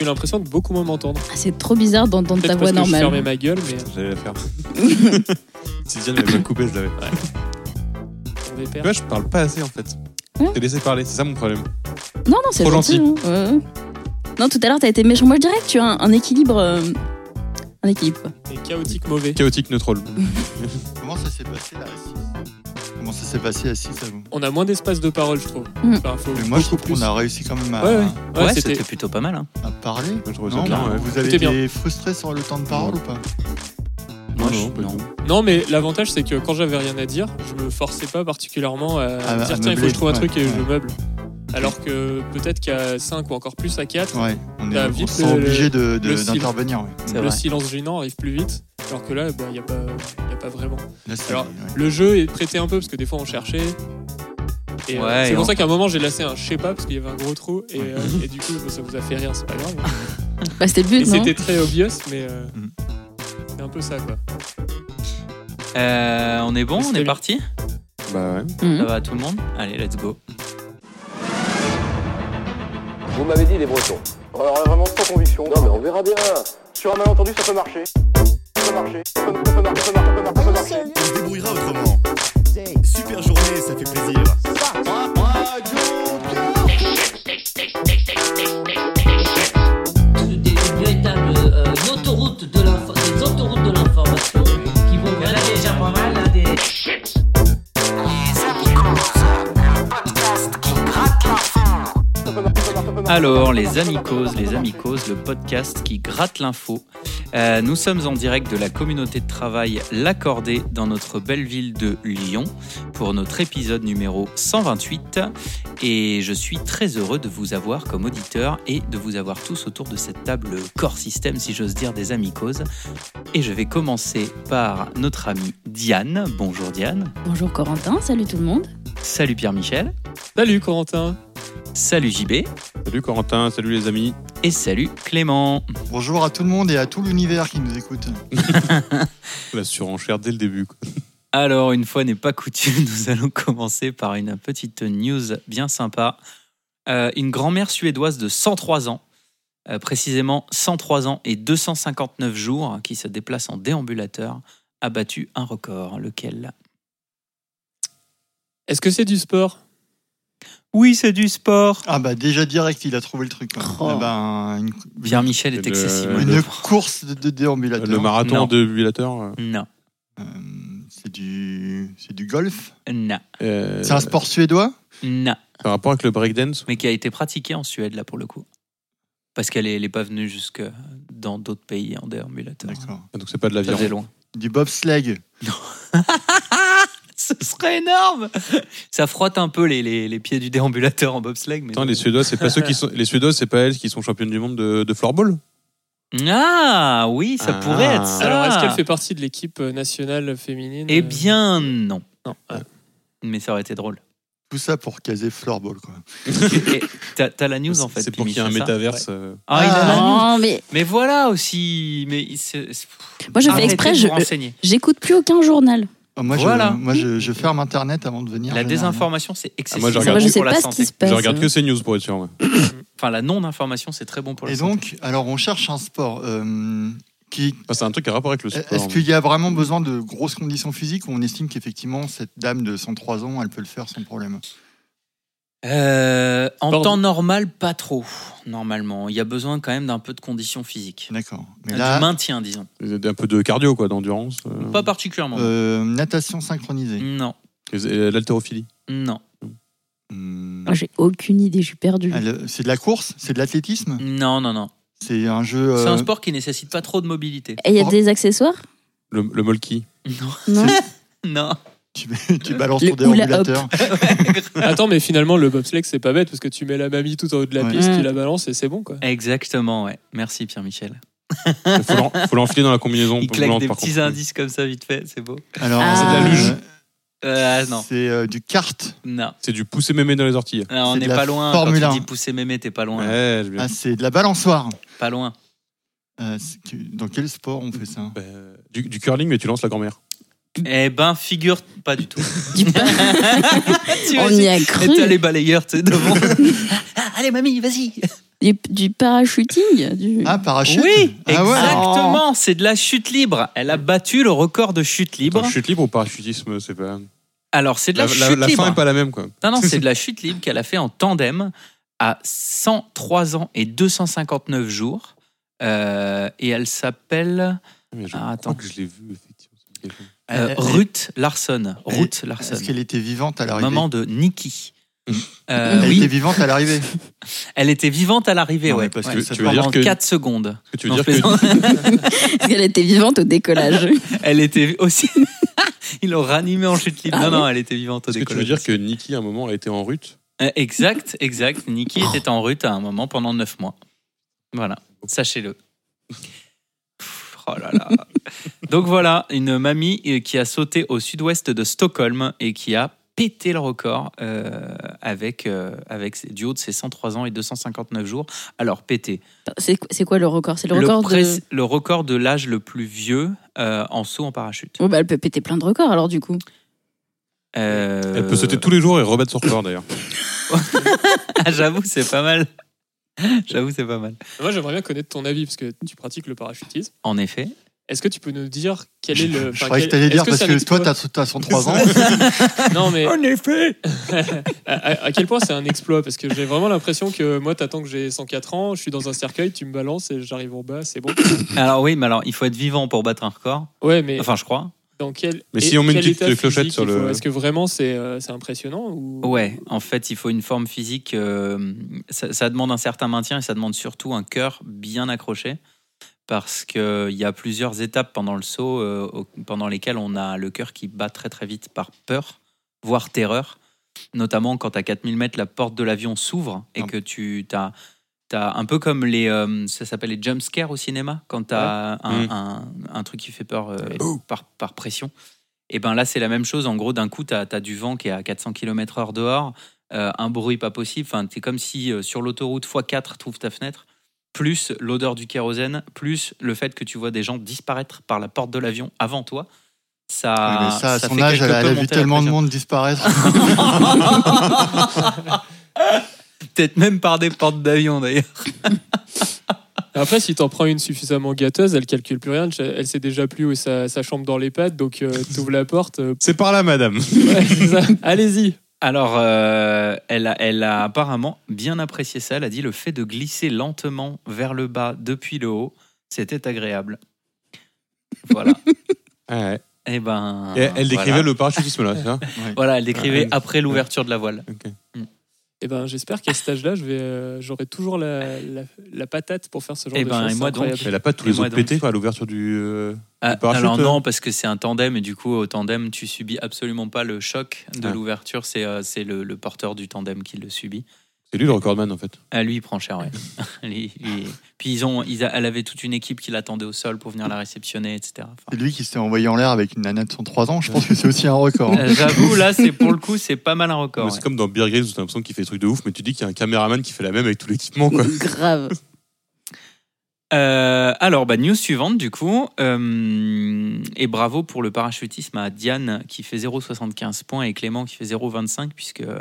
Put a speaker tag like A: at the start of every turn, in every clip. A: J'ai eu l'impression de beaucoup moins m'entendre.
B: Ah, C'est trop bizarre d'entendre ta
A: Peut-être
B: voix
A: parce que je fermais
B: normale.
A: ma gueule, mais
C: J'allais la faire. si Diane m'avait pas coupé, je l'avais.
A: on va y perdre.
C: Tu vois, Bah, je parle pas assez en fait.
B: Ouais.
C: T'es laissé parler, c'est ça mon problème.
B: Non, non, c'est
C: Trop
B: gentil. hein. Ouais, ouais. Non, tout à l'heure, t'as été méchant. Moi, je dirais que tu as un, un équilibre. euh, Un équilibre. quoi.
A: Et chaotique mauvais.
C: Chaotique, neutral.
D: Comment ça s'est passé là à 6 Comment ça s'est passé à 6 à vous
A: On a moins d'espace de parole, je trouve.
B: Mm.
A: Enfin, faut
D: Mais moi je
A: beaucoup
D: trouve qu'on
A: plus.
D: a réussi quand même à,
A: Ouais, ouais. Ouais,
E: Ouais,
A: c'était
E: c'était plutôt pas mal. Hein.
D: à parler.
C: Je trouve ça
D: Non,
C: bien,
D: mais
C: ouais.
D: Vous avez
A: C'était bien.
D: été frustré sur le temps de parole ou pas
C: non,
E: Moi, je-
C: pas du
E: non.
C: tout.
A: Non, mais l'avantage, c'est que quand j'avais rien à dire, je me forçais pas particulièrement à,
D: Ah, à
A: me dire tiens, il faut que
D: meubler.
A: je trouve un
D: Ouais,
A: truc et
D: ouais.
A: je meuble. Alors que peut-être qu'à 5 ou encore plus à 4,
D: Ouais, on
A: Bah,
D: est
A: vite,
D: on se
A: le-
D: sent obligé de- de-
A: le sil-
D: d'intervenir. ouais.
E: C'est
A: le
E: vrai.
A: silence gênant arrive plus vite. Alors que là, bah, il n'y a, pas- y a pas vraiment.
D: Là, c'est-
A: Alors,
D: ouais.
A: Le jeu est prêté un peu parce que des fois on cherchait. Et euh,
E: Ouais,
A: c'est
E: et
A: pour
E: on-
A: ça qu'à un moment j'ai laissé un je sais pas parce qu'il y avait un gros trou et, euh, et du coup ça vous a fait rire, c'est pas grave.
B: Bah, c'était le
A: Et
B: but, non
A: c'était très obvious, mais euh,
D: Mm.
A: c'est un peu ça quoi.
E: Euh, on est bon, on
A: C'était
E: est
A: bien.
E: parti
C: Bah ouais.
B: Mhm.
E: Ça va à tout le monde Allez, let's go.
F: Vous m'avez dit les Bretons. Alors là, vraiment sans conviction. Non mais on verra bien. Sur un malentendu, ça peut marcher. Ça peut marcher. Ça peut, ça peut marcher. Ça peut marcher. Ça peut marcher. Ça peut marcher.
G: On se débrouillera autrement. Super journée, ça fait plaisir.
H: des véritables euh, autoroutes de l'info- des autoroutes de l'information qui vont vraiment déjà pas mal hein. là, des
F: Ça peut marcher. Ça peut marcher. Ça peut marcher.
E: Alors, les amicoses, les amicoses, le podcast qui gratte l'info. Euh, nous sommes en direct de la communauté de travail L'Accordé dans notre belle ville de Lyon pour notre épisode numéro 128. Et je suis très heureux de vous avoir comme auditeur et de vous avoir tous autour de cette table corps système, si j'ose dire, des amicoses. Et je vais commencer par notre amie Diane. Bonjour Diane.
B: Bonjour Corentin, salut tout le monde.
E: Salut Pierre-Michel.
A: Salut Corentin
E: Salut JB.
C: Salut Corentin, salut les amis.
E: Et salut Clément.
D: Bonjour à tout le monde et à tout l'univers qui nous écoute.
C: La surenchère dès le début. quoi.
E: Alors, une fois n'est pas coutume, nous allons commencer par une petite news bien sympa. Euh, une grand-mère suédoise de 103 ans, euh, précisément 103 ans et 259 jours, qui se déplace en déambulateur, a battu un record. Lequel
A: Est-ce que c'est du sport
E: Oui, c'est du sport.
D: Ah bah déjà direct, il a trouvé le truc. quoi.
B: Oh.
D: Eh ben, une,
E: Pierre-Michel est
C: Le- Euh,
E: excessivement
D: une
E: éloquent.
D: course de, de déambulateur.
C: Le marathon
E: Non.
C: de Bulator, euh,
E: Non,
D: Euh, c'est du, c'est du golf.
E: non,
C: euh,
D: C'est un sport suédois.
E: non.
C: Par rapport avec le breakdance
E: Mais qui a été pratiquée en Suède, là, pour le coup. Parce qu'elle n'est pas venue jusque dans d'autres pays en déambulateur.
D: D'accord.
C: Ah, Donc c'est pas de
E: Ça
C: l'aviron.
E: faisait loin.
D: Du bobsleigh.
E: Ce serait énorme Ça frotte un peu les, les, les pieds du déambulateur en bobsleigh. Mais
C: Attends, les Suédois, c'est pas ceux qui sont. Les Suédois, c'est pas elles qui sont championnes du monde de, de floorball
E: Ah oui, ça
C: Ah.
E: pourrait être ça.
A: Alors est-ce qu'elle fait partie de l'équipe euh, nationale féminine
E: Eh
A: euh,
E: bien non.
A: non. Ah.
E: Mais ça aurait été drôle.
D: Tout ça pour caser floorball quoi.
E: Et T'as t'as la news en fait.
C: C'est pour
E: Pimi,
C: qu'il y ait un
E: ça
C: métaverse. euh,
E: Ah, il a la
B: Bah,
E: news.
B: non, mais
E: Mais voilà aussi. Mais il se- se-
B: moi, je fais
E: Arrêtez
B: exprès,
E: de vous
B: je-
E: renseigner.
B: j'écoute plus aucun journal.
D: Ah, Moi,
E: Voilà.
D: je, moi je, je ferme internet avant de venir.
E: La
D: généralement.
E: désinformation, c'est
C: Ah, moi,
E: excessivement
C: je
B: Ça va,
C: regarde
B: je
E: bon
B: sais
E: pour la
B: pas ce qui
E: santé.
B: se passe.
C: Je regarde que ces news pour être sûr. ouais.
E: Enfin, la non-information, c'est très bon pour la
D: Et
E: santé.
D: donc, alors on cherche un sport euh, qui.
C: Enfin, c'est un truc à rapport avec le sport.
D: Euh,
C: hein.
D: Est-ce qu'il y a vraiment besoin de grosses conditions physiques ou on estime qu'effectivement cette dame de 103 ans, elle peut le faire sans problème
E: Euh, en
A: Pardon.
E: temps normal, pas trop. Normalement, il y a besoin quand même d'un peu de conditions physiques.
D: D'accord. Mais
E: Du
D: là,
E: maintien, disons.
C: Un peu de cardio, quoi, d'endurance. euh,
E: Pas particulièrement.
D: euh, natation synchronisée.
E: Non,
C: et L'haltérophilie.
E: non,
D: Hmm.
E: Mm.
B: Moi, j'ai aucune idée, je suis perdue.
D: Elle- C'est de la course C'est de l'athlétisme
E: non, non, non.
D: C'est un jeu.
E: C'est
D: euh,
E: un sport qui nécessite pas trop de mobilité.
B: Et il y a
D: Oh.
B: des accessoires
C: Le, le molki.
E: Non,
B: Non.
E: non.
D: Tu, tu balances
B: Le
D: ton
B: hula hop.
D: déambulateur.
A: Euh, Attends, mais finalement le bobsleigh c'est pas bête parce que tu mets la mamie tout en haut de la
D: Ouais.
A: piste, tu
B: Mm.
A: la balances et c'est bon quoi.
E: Exactement, ouais. Merci Pierre-Michel.
C: Faut l'en- faut l'enfiler dans la combinaison.
E: Il claque
C: roulante,
E: des
C: par
E: petits
C: contre.
E: indices comme ça vite fait, c'est beau.
D: Alors,
B: Ah. C'est de la
A: luge.
D: euh,
E: Euh, ah, non,
D: C'est euh, du kart.
E: non.
C: C'est du pousser mémé dans les orties.
E: Ah, on
D: C'est de
E: n'est
D: la
E: pas loin.
D: Formule
E: Quand
D: 1.
E: tu dis pousser mémé, t'es pas loin. là.
C: Ouais, j'ai bien.
D: Ah, c'est de la balançoire.
E: Pas loin.
D: Euh, c'est que- dans quel sport on fait ça
C: Bah, du, du curling, mais tu lances la grand-mère.
E: Eh ben, figure, pas du tout.
B: Du pain.
E: Tu
B: On
E: imagines
B: y a
E: Et t'as les
B: cru.
E: balayeurs, tu sais, devant. Ah, allez, mamie, vas-y.
B: Du, du parachuting du...
D: Ah, parachute
E: Oui,
D: ah, ouais.
E: exactement, c'est de la chute libre. Elle a battu le record de chute libre.
C: Chute libre ou parachutisme, c'est pas.
E: Alors, c'est de la,
C: La, la-
E: chute
C: la
E: libre.
C: fin est pas la même, quoi.
E: Non, non, c'est de la chute libre qu'elle a fait en tandem à 103 ans et 259 jours. Euh, et elle s'appelle
C: Mais je
E: Ah,
C: crois
E: attends.
C: que je l'ai vu, effectivement.
E: euh,
D: Elle- elle-
E: Ruth Larson. Ruth Larson.
D: Est-ce qu'elle était vivante à l'arrivée
E: Maman de Nikki.
C: Mmh.
E: Euh,
D: Elle
E: oui,
D: était vivante à l'arrivée.
E: elle était vivante à l'arrivée,
G: Non,
E: ouais.
G: mais parce
E: Ouais.
G: que
C: tu veux
E: Pendant
C: dire que-
E: 4 secondes.
C: Que tu
E: Non,
C: veux
E: je
C: dire que
E: plaisante.
B: Parce qu'elle était vivante au décollage.
E: Elle était aussi. Ils l'ont ranimée en chute libre. non, non, elle était vivante
C: Ah
E: au
C: Est-ce que tu
E: décollage.
C: veux dire que Nikki, à un moment, a été en rut
E: Euh, Exact, exact. Nikki était en rut à un moment pendant 9 mois. Voilà, sachez-le. Pff, Oh là là. Donc voilà, une mamie euh, qui a sauté au sud-ouest de Stockholm et qui a pété le record euh, avec, euh, avec ses- du haut de ses 103 ans et 259 jours. Alors pété.
B: C'est qu- c'est quoi le record C'est le record
E: pré-
B: de.
E: le record de l'âge le plus vieux euh, en saut en parachute.
B: Oh, bah, elle peut péter plein de records alors du coup.
E: Euh,
C: Elle peut sauter tous les jours et rebattre son record, d'ailleurs.
E: Ah, J'avoue, c'est pas mal. J'avoue, c'est pas mal.
A: Moi, j'aimerais bien connaître ton avis parce que tu pratiques le parachutisme.
E: En effet.
A: Est-ce que tu peux nous dire quel est le.
D: Je
A: enfin,
D: croyais que
A: quel- est-ce
D: t'allais dire
A: que
D: parce
A: c'est un
D: que
A: exploit
D: toi, t'as t'as 103 ans.
A: Non, mais
E: En effet
A: à, à- à quel point c'est un exploit Parce que j'ai vraiment l'impression que moi, t'attends que j'ai 104 ans, je suis dans un cercueil, tu me balances et j'arrive en bas, c'est bon.
E: Alors oui, mais alors il faut être vivant pour battre un record.
A: Ouais, mais
E: Enfin, je crois.
A: dans quel.
C: Mais
A: et
C: si on met une
A: quel
C: petite
A: état
C: clochette
A: physique
C: sur
A: il
C: le-
A: faut Est-ce que vraiment c'est euh, c'est impressionnant ou...
E: Ouais, en fait, il faut une forme physique. euh, ça, ça demande un certain maintien et ça demande surtout un cœur bien accroché parce qu'il y a plusieurs étapes pendant le saut euh, au- pendant lesquelles on a le cœur qui bat très très vite par peur, voire terreur. Notamment quand à 4000 mètres, la porte de l'avion s'ouvre et
D: Ah.
E: que tu as, un peu comme les. euh, ça s'appelle les jump scares au cinéma, quand tu as un,
D: Mmh.
C: Mhm.
E: un- un truc qui fait peur euh,
D: Oh.
E: par, par pression. Et ben là, c'est la même chose. En gros, d'un coup, tu as, du vent qui est à 400 km/h dehors, euh, un bruit pas possible. Enfin, c'est comme si euh, sur l'autoroute x4 trouve ta fenêtre, plus l'odeur du kérosène, plus le fait que tu vois des gens disparaître par la porte de l'avion avant toi. Ah, Ça,
D: Oui, mais ça, à son
E: fait
D: âge,
E: quelque
D: elle a,
E: peu
D: elle a
E: monter
D: vu
E: la
D: tellement de
E: pression.
D: monde disparaître.
E: Peut-être même par des portes d'avion d'ailleurs.
A: Après, si t'en prends une suffisamment gâteuse, elle calcule plus rien, elle sait déjà plus où est sa, sa chambre dans les pattes, donc euh, t'ouvres la porte. euh,
C: C'est par là, madame.
A: ouais, c'est ça. Allez-y
E: Alors, euh, elle, a, elle a apparemment bien apprécié ça. Elle a dit le fait de glisser lentement vers le bas depuis le haut, c'était agréable. Voilà.
C: Ouais.
E: Eh ben.
C: Et elle décrivait
E: voilà.
C: le parachutisme, là, c'est ça
E: Voilà, elle décrivait
C: Elle-
E: après l'ouverture de la voile.
A: Eh ben, j'espère qu'à cet âge-là, je vais, euh, j'aurai toujours la, la, la patate pour faire ce genre
E: Eh
A: de
E: ben,
A: choses.
E: et moi
A: c'est incroyable.
E: donc
C: Elle a pas tous
E: Et
C: les
E: moi
C: autres
E: donc.
C: pété, quoi, à l'ouverture du. euh,
E: Ah,
C: Le parachute,
E: alors
C: euh
E: non, parce que c'est un tandem et du coup au tandem tu subis absolument pas le choc de
C: Ah.
E: l'ouverture, c'est euh, c'est le, le porteur du tandem qui le subit.
C: C'est lui le recordman, en fait.
E: Ah, lui il prend cher, ouais. Lui, lui- Puis ils ont, ils a- elle avait toute une équipe qui l'attendait au sol pour venir la réceptionner, etc. Enfin,
D: C'est lui qui s'est envoyé en l'air avec une nana de 103 ans. Je pense que c'est aussi un record. hein.
E: euh, J'avoue là, c'est pour le coup c'est pas mal un record.
C: Mais
E: ouais.
C: C'est comme dans Beer Grylls où t'as l'impression qu'il fait des trucs de ouf, mais tu dis qu'il y a un caméraman qui fait la même avec tout l'équipement, quoi.
B: Grave.
E: Euh, alors, bah, news suivante du coup. Euh, et bravo pour le parachutisme à Diane qui fait 0,75 points et Clément qui fait 0,25 puisque euh,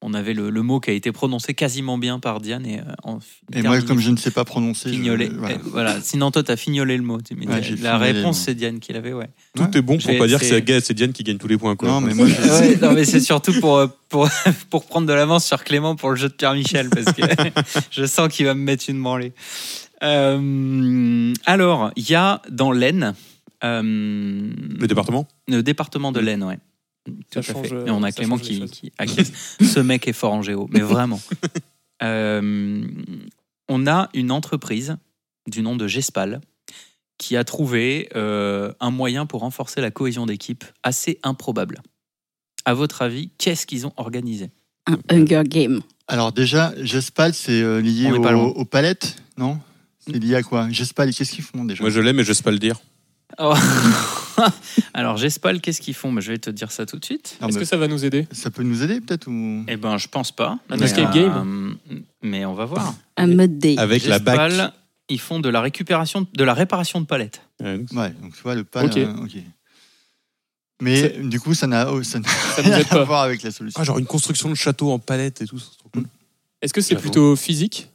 E: on avait le, le mot qui a été prononcé quasiment bien par Diane. Et, euh, en
D: Et moi,
E: terminé-
D: comme je ne sais pas prononcer, je-
E: fignolé. Euh,
D: voilà.
E: Voilà. Sinon, toi, t'as fignolé le mot. tu m'as dit.
D: Ouais, j'ai
E: la
D: fignolé le
E: réponse,
D: mot.
E: c'est Diane qui l'avait, ouais.
C: Tout est bon pour
E: J'ai-
C: pas dire que
E: c'est-
C: c'est la gars- c'est Diane qui gagne tous les points, quoi.
D: Non, mais moi, je-
E: Ouais, non, mais c'est surtout pour, euh, pour, pour prendre de l'avance sur Clément pour le jeu de Pierre Michel, parce que je sens qu'il va me mettre une branlée. Euh, alors, il y a dans l'Aisne, euh,
C: Le département
E: le Euh, département de l'Aisne, ouais.
A: Mm.
E: Mm,
A: Ça
E: Tout à
A: change,
E: fait.
A: euh,
E: Et on a
A: ça
E: Clément
A: change les
E: qui,
A: choses.
E: qui acquiesce. Ce mec est fort en géo, mais vraiment. Euh, on a une entreprise du nom de Gespal qui a trouvé euh, un moyen pour renforcer la cohésion d'équipe assez improbable. À votre avis, qu'est-ce qu'ils ont organisé
B: Un Hunger Game.
D: Alors déjà, Jespal, c'est euh, lié
E: On est
D: au-
E: pas loin.
D: aux palettes, non C'est lié à quoi Jespal, qu'est-ce qu'ils font déjà
C: Moi, je l'ai, mais je sais pas le dire.
E: Oh. Alors, Gespal, qu'est-ce qu'ils font Bah, Je vais te dire ça tout de suite.
D: Non,
A: Est-ce
D: mais
A: que ça va nous aider
D: Ça peut nous aider peut-être ou...
E: Eh ben, je pense pas.
A: Un
E: Mais,
A: escape
E: euh, Mais on va voir.
B: Un mode day.
C: Avec la
E: Gespal,
C: bac.
E: Ils font de la récupération, de la réparation de palettes.
C: Ouais, donc
D: Ouais, donc tu vois, le pal...
A: Ok.
D: euh, ok. Mais du coup, ça n'a oh, ça n'a
A: Ça nous
D: rien
A: aide
D: à
A: pas.
D: voir avec la solution.
C: Ah, genre une construction de château en palette et tout. c'est trop cool.
A: Est-ce que c'est
C: J'avoue.
A: plutôt physique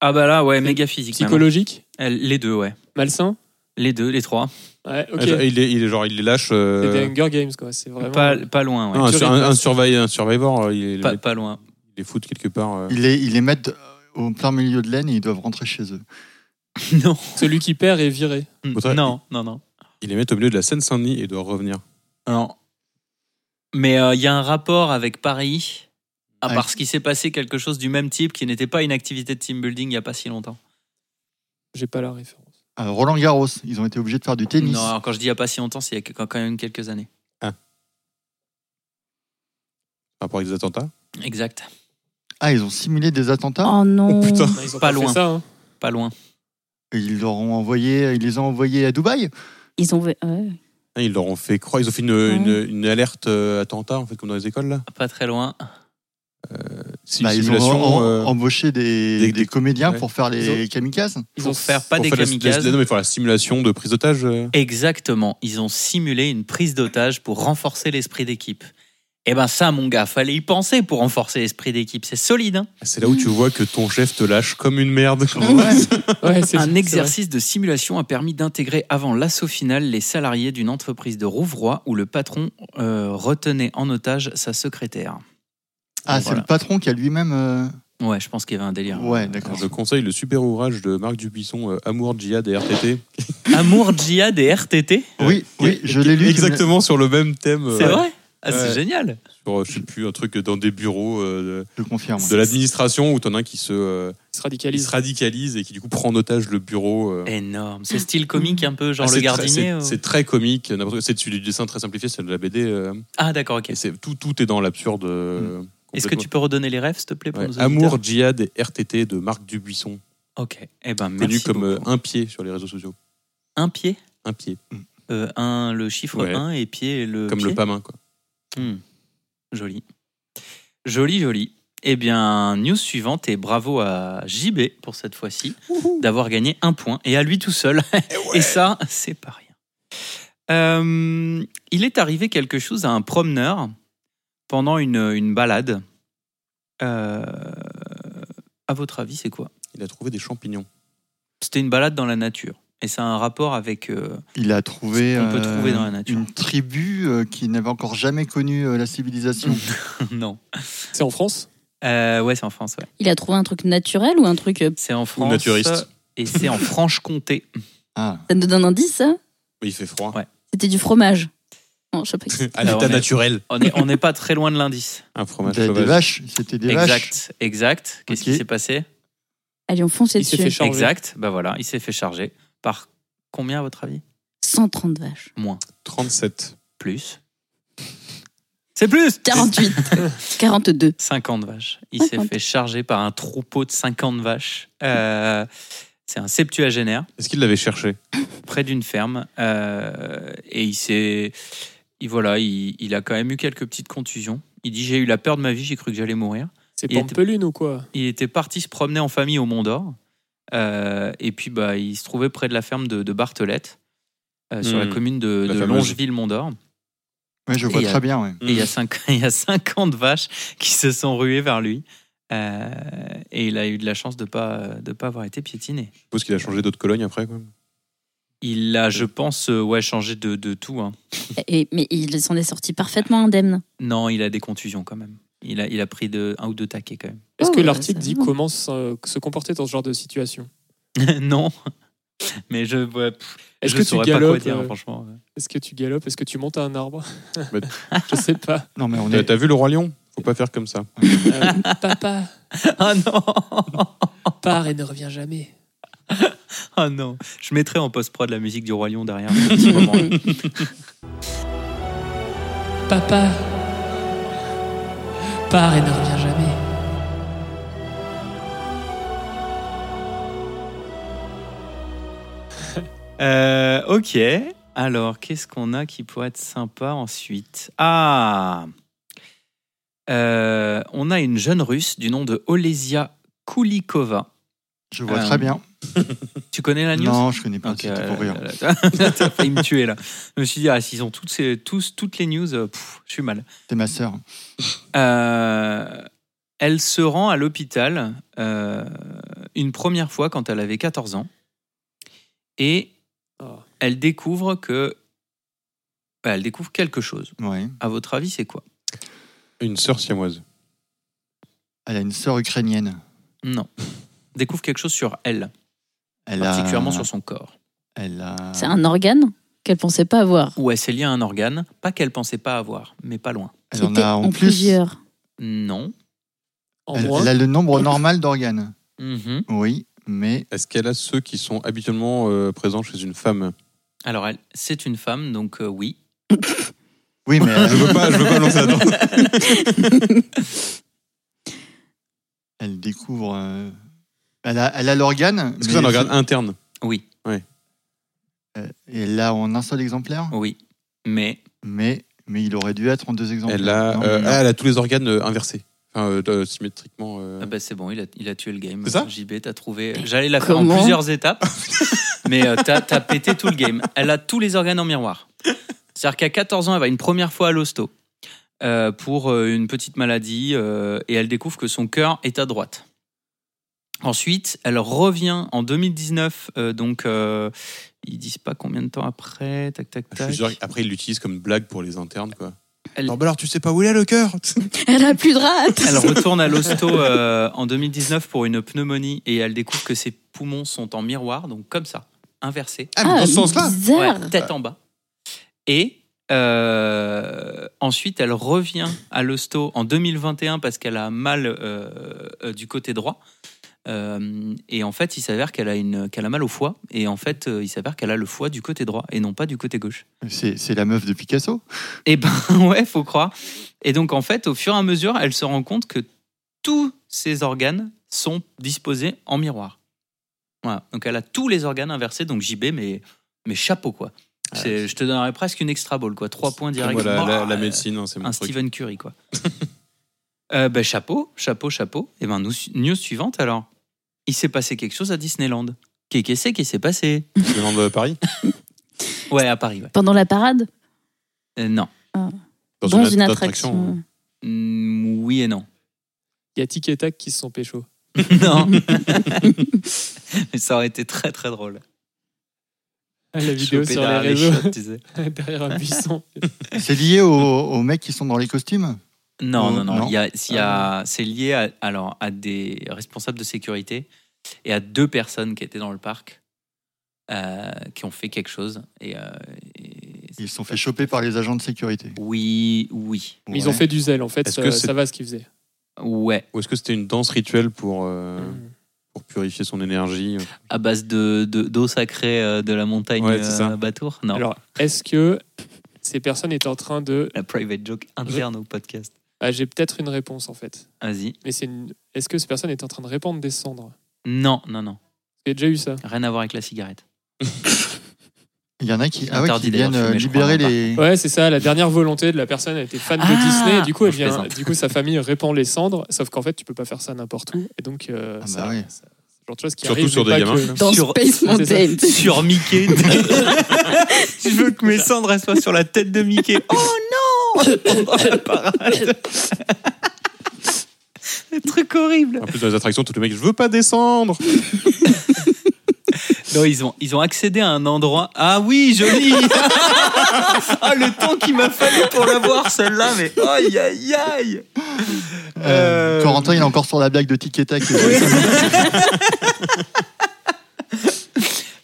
E: Ah bah là, ouais, méga physique. même.
A: Psychologique
E: Elle- Euh, Les deux, ouais.
A: Malsain
E: Les deux, les trois.
A: Ouais,
E: Ah,
A: ok.
C: Genre, Il, est, il est genre, il les lâche. euh,
A: C'était Hunger Games, quoi. C'est vraiment.
E: Pas, pas loin, ouais.
C: non, un,
A: tu
C: sur-
A: rigoles.
C: un- un survi- un survivor, euh, il est-
E: Pas, pas loin.
C: il les fout quelque part. euh.
D: Ils les, ils les mettent au plein milieu de l'aine et ils doivent rentrer chez eux.
E: Non.
A: Celui qui perd est viré.
C: Faudrait-
E: Hmm. Non, non, non.
C: Ils les mettent au milieu de la Seine-Saint-Denis et doivent revenir.
E: Non. Mais euh, il y a un rapport avec Paris, à
D: Ouais.
E: parce qu'il s'est passé quelque chose du même type qui n'était pas une activité de team building il n'y a pas si longtemps.
A: J'ai pas la référence.
D: Euh, Roland Garros, ils ont été obligés de faire du tennis.
E: Non, alors, quand je dis il n'y a pas si longtemps, c'est il y a que- quand même quelques années.
C: Par rapport à des attentats.
E: Exact.
D: Ah, ils ont simulé des attentats.
B: Oh non.
C: putain.
A: Non, ils ont
E: Pas
A: pas,
E: loin.
A: Fait ça, hein.
E: Pas loin.
D: Et ils leur ont envoyé, ils les ont envoyés à Dubaï.
B: Ils ont. euh, ouais.
C: Ah, Ils leur ont fait croire, ils ont fait une, une- une alerte euh, attentat, en fait, comme dans les écoles, là.
E: Pas très loin.
C: Si-
D: Bah, ils ont
C: simulation,
D: en-
C: euh,
D: embauché des,
C: des-
D: des,
C: des-
D: comédiens
C: ouais.
D: pour faire les kamikazes.
A: Ils
E: pour
A: ont
E: faire pas
C: pour
E: des
C: faire la-
E: kamikazes.
C: la- non, mais pour la simulation de prise d'otage. euh.
E: Exactement. Ils ont simulé une prise d'otage pour renforcer l'esprit d'équipe. Eh ben ça, mon gars, fallait y penser pour renforcer l'esprit d'équipe. C'est solide. hein.
C: C'est là où tu vois que ton chef te lâche comme une merde.
A: Ouais, c'est-
E: Un
A: c'est
E: exercice de simulation a permis d'intégrer avant l'assaut final les salariés d'une entreprise de Rouvroy où le patron euh, retenait en otage sa secrétaire.
D: Ah,
E: Donc,
D: c'est
E: voilà.
D: le patron qui a lui-même. euh,
E: Ouais, je pense qu'il y avait un délire.
D: Ouais,
C: Alors,
D: d'accord.
C: Hein, je conseille le super ouvrage de Marc Dubuisson, euh, Amour, Djihad et RTT.
E: Amour, djihad et RTT.
D: Oui, oui, je l'ai lu.
C: Exactement sur le même thème. euh,
E: C'est vrai Ah,
C: Ouais.
E: C'est génial.
C: Sur, euh, je sais plus, un truc dans des bureaux euh,
D: Je confirme.
C: de, de l'administration où t'en as un qui se, euh,
A: Ils se
C: qui
A: radicalisent.
C: se radicalise et qui du coup prend en otage le bureau. euh.
E: Énorme. C'est style comique un peu, genre
C: Ah, c'est
E: le
C: très-
E: gardinier.
C: c'est-
E: ou-
C: C'est très comique. n'importe quoi. C'est celui du dessin très simplifié, c'est de la BD. euh,
E: Ah d'accord, ok. Hmm.
C: et c'est tout, tout est dans l'absurde. euh,
E: Est-ce que tu peux redonner les rêves, s'il te plaît, pour
C: Ouais.
E: nos auditeurs
C: Amour, djihad et RTT de Marc Dubuisson,
E: Ok. Eh ben,
C: connu
E: merci
C: comme euh,
E: beaucoup.
C: un pied sur les réseaux sociaux.
E: un pied,
C: Un pied,
E: euh, un le chiffre
C: Ouais.
E: 1 et pied le
C: comme le
E: pied.
C: pamin. Quoi.
E: Hmm. Joli. Joli, joli. Eh bien, news suivante et bravo à JB pour cette fois-ci d'avoir gagné un point et à lui tout seul. et ça, c'est pas rien. Euh, il est arrivé quelque chose à un promeneur pendant une, une balade. Euh, à votre avis, c'est quoi
C: Il a trouvé des champignons.
E: C'était une balade dans la nature. Et ça a un rapport avec. euh,
D: Il a trouvé. euh,
E: Ce qu'on peut
C: euh,
E: trouver dans la nature.
D: Une tribu euh, qui n'avait encore jamais connu euh, la civilisation.
E: non.
A: C'est en France
E: Euh, ouais, c'est en France, ouais.
B: Il a trouvé un truc naturel ou un truc. euh,
E: C'est en France.
C: naturiste.
E: Et c'est en Franche-Comté.
D: Ah,
B: Ça nous donne un indice, ça
C: Mais Il fait froid.
E: Ouais.
B: C'était du fromage. Non, je sais pas.
C: À
E: Alors,
C: l'état
E: mais-
C: naturel.
E: On n'est on n'est pas très loin de l'indice.
C: Un fromage
D: des, des
C: sauvage.
D: vaches. C'était des vaches.
E: Exact, exact. Qu'est-ce qui
D: Ok.
E: s'est passé
B: Allez, on fonce
A: Il s'est fait
B: dessus.
A: charger.
E: Exact, bah voilà, il s'est fait charger. Par combien à votre avis
B: 130 vaches.
E: Moins.
C: 37.
E: Plus. C'est plus
B: 48. 42.
E: 50 vaches. Il s'est
B: 50.
E: fait charger par un troupeau de 50 vaches. Euh, c'est un septuagénaire,
C: Est-ce qu'il l'avait cherché
E: près d'une ferme. euh, et il s'est. il- Voilà, il, il a quand même eu quelques petites contusions. Il dit J'ai eu la peur de ma vie, j'ai cru que j'allais mourir.
A: C'est
E: Il était-
A: Pampelune ou quoi
E: il était parti se promener en famille au Mont d'Or. Euh, et puis, bah, il se trouvait près de la ferme de, de Barthelette, euh, sur
C: Mmh.
E: la commune de,
C: La
E: de
C: fameuse.
E: Longeville-Mont d'Or.
D: Oui, je vois
E: Et, euh,
D: très bien. ouais.
E: Et il y, a cinq- il y a 50 vaches qui se sont ruées vers lui. Euh, et il a eu de la chance de pas, de pas avoir été piétiné.
C: Je suppose qu'il a changé d'autres colonnes après. Quoi.
E: Il a, je pense, euh, ouais, changé de, de tout. hein.
B: Et- mais il s'en est sorti parfaitement indemne.
E: Non, il a des contusions quand même. Il a, il a pris de, un ou deux taquets quand
A: Est-ce
B: Oh,
A: que
B: ouais,
A: l'article
B: ça
A: dit
B: va.
A: comment se, se comporter dans ce genre de situation
E: même. non. Mais je ouais, pff,
A: Est-ce
E: je
A: que tu
E: saurais pas quoi
A: galopes
E: dire,
A: euh,
E: franchement.
A: Est-ce que tu galopes Est-ce que tu montes à un arbre
C: Bah-
A: Je sais pas.
D: Non, mais on
C: T'as-
D: est.
C: T'as vu le roi lion Faut pas faire comme ça.
A: Euh, papa,
E: Ah non
A: pars et ne reviens jamais.
E: Ah non, je mettrai en post-prod la musique du Roi Lion derrière. pour ce moment.
A: Papa, pars et ne reviens jamais.
E: Euh, ok, alors qu'est-ce qu'on a qui pourrait être sympa ensuite Ah Euh, On a une jeune russe du nom de Olesia Kulikova.
D: Je vois
E: Euh,
D: très bien.
E: Tu connais la news
D: Non, je connais pas.
E: Ok,
D: C'était pour
E: euh,
D: rire.
E: euh, T'as failli me tuer là. Je me suis dit, ah, s'ils ont toutes, ces, tous, toutes les news, euh, pff, je suis mal.
D: C'était ma sœur.
E: Euh, elle se rend à l'hôpital euh, une première fois quand elle avait 14 ans. Et
A: Oh.
E: elle découvre que. bah, Elle découvre quelque chose.
D: Ouais.
E: À votre avis, c'est quoi
C: Une sœur siamoise.
D: Elle a une sœur ukrainienne.
E: Non. Découvre quelque chose sur elle,
D: Elle a-
E: particulièrement sur son corps.
D: Elle a.
B: C'est un organe qu'elle pensait pas avoir.
E: Ou elle s'est liée à un organe, pas qu'elle pensait pas avoir, mais pas loin.
D: Elle
B: qui
D: en
B: était
D: a en, plus.
B: plusieurs.
E: Non.
A: En
D: Elle,
A: moins.
D: elle a le nombre normal d'organes.
E: Mhm.
D: Oui, mais
C: Est-ce qu'elle a ceux qui sont habituellement euh, présents chez une femme
E: Alors, elle, c'est une femme, donc euh, oui.
D: oui, mais
C: Je
D: elle,
C: veux pas, je veux pas lancer la tente.
D: elle découvre. euh, Elle a, elle a l'organe.
C: Est-ce que c'est un
D: mais-
C: organe interne
E: Oui,
D: Euh, Et elle l'a en un seul exemplaire.
E: oui. Mais
D: Mais, mais il aurait dû être en deux exemplaires.
C: Elle a,
D: Non,
C: euh,
D: non.
C: ah, elle a tous les organes euh, inversés, enfin, euh, euh, symétriquement. euh.
E: ah bah, c'est bon, il a, il a tué le game.
C: C'est ça
E: JB, t'as trouvé. J'allais la faire en
B: Comment
E: plusieurs étapes, mais euh, t'as, t'as pété tout le game. Elle a tous les organes en miroir. C'est-à-dire qu'à 14 ans, elle va une première fois à l'hosto euh, pour euh, une petite maladie euh, et elle découvre que son cœur est à droite. Ensuite, elle revient en 2019, euh, donc euh, ils disent pas combien de temps après, tac tac
C: Je
E: tac.
C: suis sûr qu'après, ils l'utilisent comme blague pour les internes, quoi.
E: Elle-
C: Non, bah alors, tu sais pas où il est le cœur
B: Elle a plus de rate.
E: Elle retourne à l'hosto euh, en 2019 pour une pneumonie et elle découvre que ses poumons sont en miroir, donc comme ça, inversés,
C: Ah, mais dans ce sens-là
B: bizarre.
E: Ouais, tête en bas. Et euh, ensuite, elle revient à l'hosto en 2021 parce qu'elle a mal euh, euh, du côté droit. Euh, et en fait, il s'avère qu'elle a, une- qu'elle a mal au foie. Et en fait, euh, il s'avère qu'elle a le foie du côté droit et non pas du côté gauche.
D: C'est c'est la meuf de Picasso.
E: Eh ben ouais, faut croire. Et donc en fait, au fur et à mesure, elle se rend compte que tous ses organes sont disposés en miroir. Voilà. Donc elle a tous les organes inversés. Donc JB, mais mais chapeau quoi.
C: Ah,
E: C'est- je te donnerais presque une extra ball quoi. Trois points directs.
C: Voilà, la,
E: Ah,
C: la
E: euh,
C: médecine, hein, c'est mon
E: un
C: truc.
E: Stephen Curry quoi. Euh, ben, chapeau, chapeau, chapeau. Et ben nous, news suivante alors. Il s'est passé quelque chose à Disneyland. Qu'est-ce que c'est qui s'est passé
C: Le nom de euh, Paris
E: Ouais, à Paris. Ouais.
B: Pendant la parade,
E: Euh, non.
B: dans, une, attraction.
E: Mm, oui et non.
A: Il y a Tic et Tac qui se sont pécho.
E: Non. Mais ça aurait été très très drôle.
A: Ah, La vidéo
E: Choper
A: sur les
E: derrière
A: réseaux,
E: chiottes, tu sais.
A: derrière un buisson.
D: C'est lié aux, aux mecs qui sont dans les costumes.
E: Non,
D: Oh,
E: non, non.
D: non.
E: il y a- s'il y a- C'est lié à, alors, à des responsables de sécurité et à deux personnes qui étaient dans le parc euh, qui ont fait quelque chose. Et, euh, et-
D: Ils se sont fait choper par les agents de sécurité.
E: Oui, oui.
A: Mais Ils ont
D: Ouais.
A: fait du zèle, en fait.
C: Est-ce
A: Ça,
C: que c'est-
A: ça va ce qu'ils faisaient.
E: Ouais.
C: Ou est-ce que c'était une danse rituelle pour, euh, pour purifier son énergie
E: À base d'eau de, d'eau sacrée euh, de la montagne
C: Ouais, c'est ça.
E: euh, Batour Non.
A: Alors, est-ce que ces personnes étaient en train de.
E: la private joke interne au podcast.
A: Ah, J'ai peut-être une réponse, en fait.
E: Vas-y.
A: Mais c'est une- est-ce que ces personnes étaient en train de répandre des cendres
E: Non, non, non.
A: J'ai déjà eu ça.
E: Rien à voir avec la cigarette.
D: Il y en a qui,
E: C'est
D: ah ouais,
E: interdit
D: qui viennent
E: d'ailleurs,
D: euh,
E: fumer, je crois,
D: libérer
E: dans le
D: les.
A: Ouais, c'est ça. La dernière volonté de la personne, elle était fan
E: Ah
A: de Disney. Et du coup, elle
E: Je
A: vient,
E: plaisante.
A: du coup, sa famille répand les cendres. Sauf qu'en fait, tu peux pas faire ça n'importe où. Et donc, euh,
D: Ah bah
A: ça-
D: ouais.
A: ça- ce genre de choses qui
C: Surtout
A: arrivent,
C: sur
A: mais
C: des
A: pas
C: gamins,
A: que-
C: là.
B: Dans
E: Sur-
B: Space Mountain.
E: sur Mickey. je veux que mes cendres elles soient sur la tête de Mickey. Oh non Pendant la parade. Le truc horrible.
C: En plus, dans les attractions, tous les mecs, je veux pas descendre
E: Non, ils ont, ils ont accédé à un endroit. Ah oui, joli Ah, le temps qu'il m'a fallu pour la voir, celle-là, mais aïe aïe aïe
D: Euh,
E: Euh,
D: Corentin, il est encore sur la blague de Tic et Tac.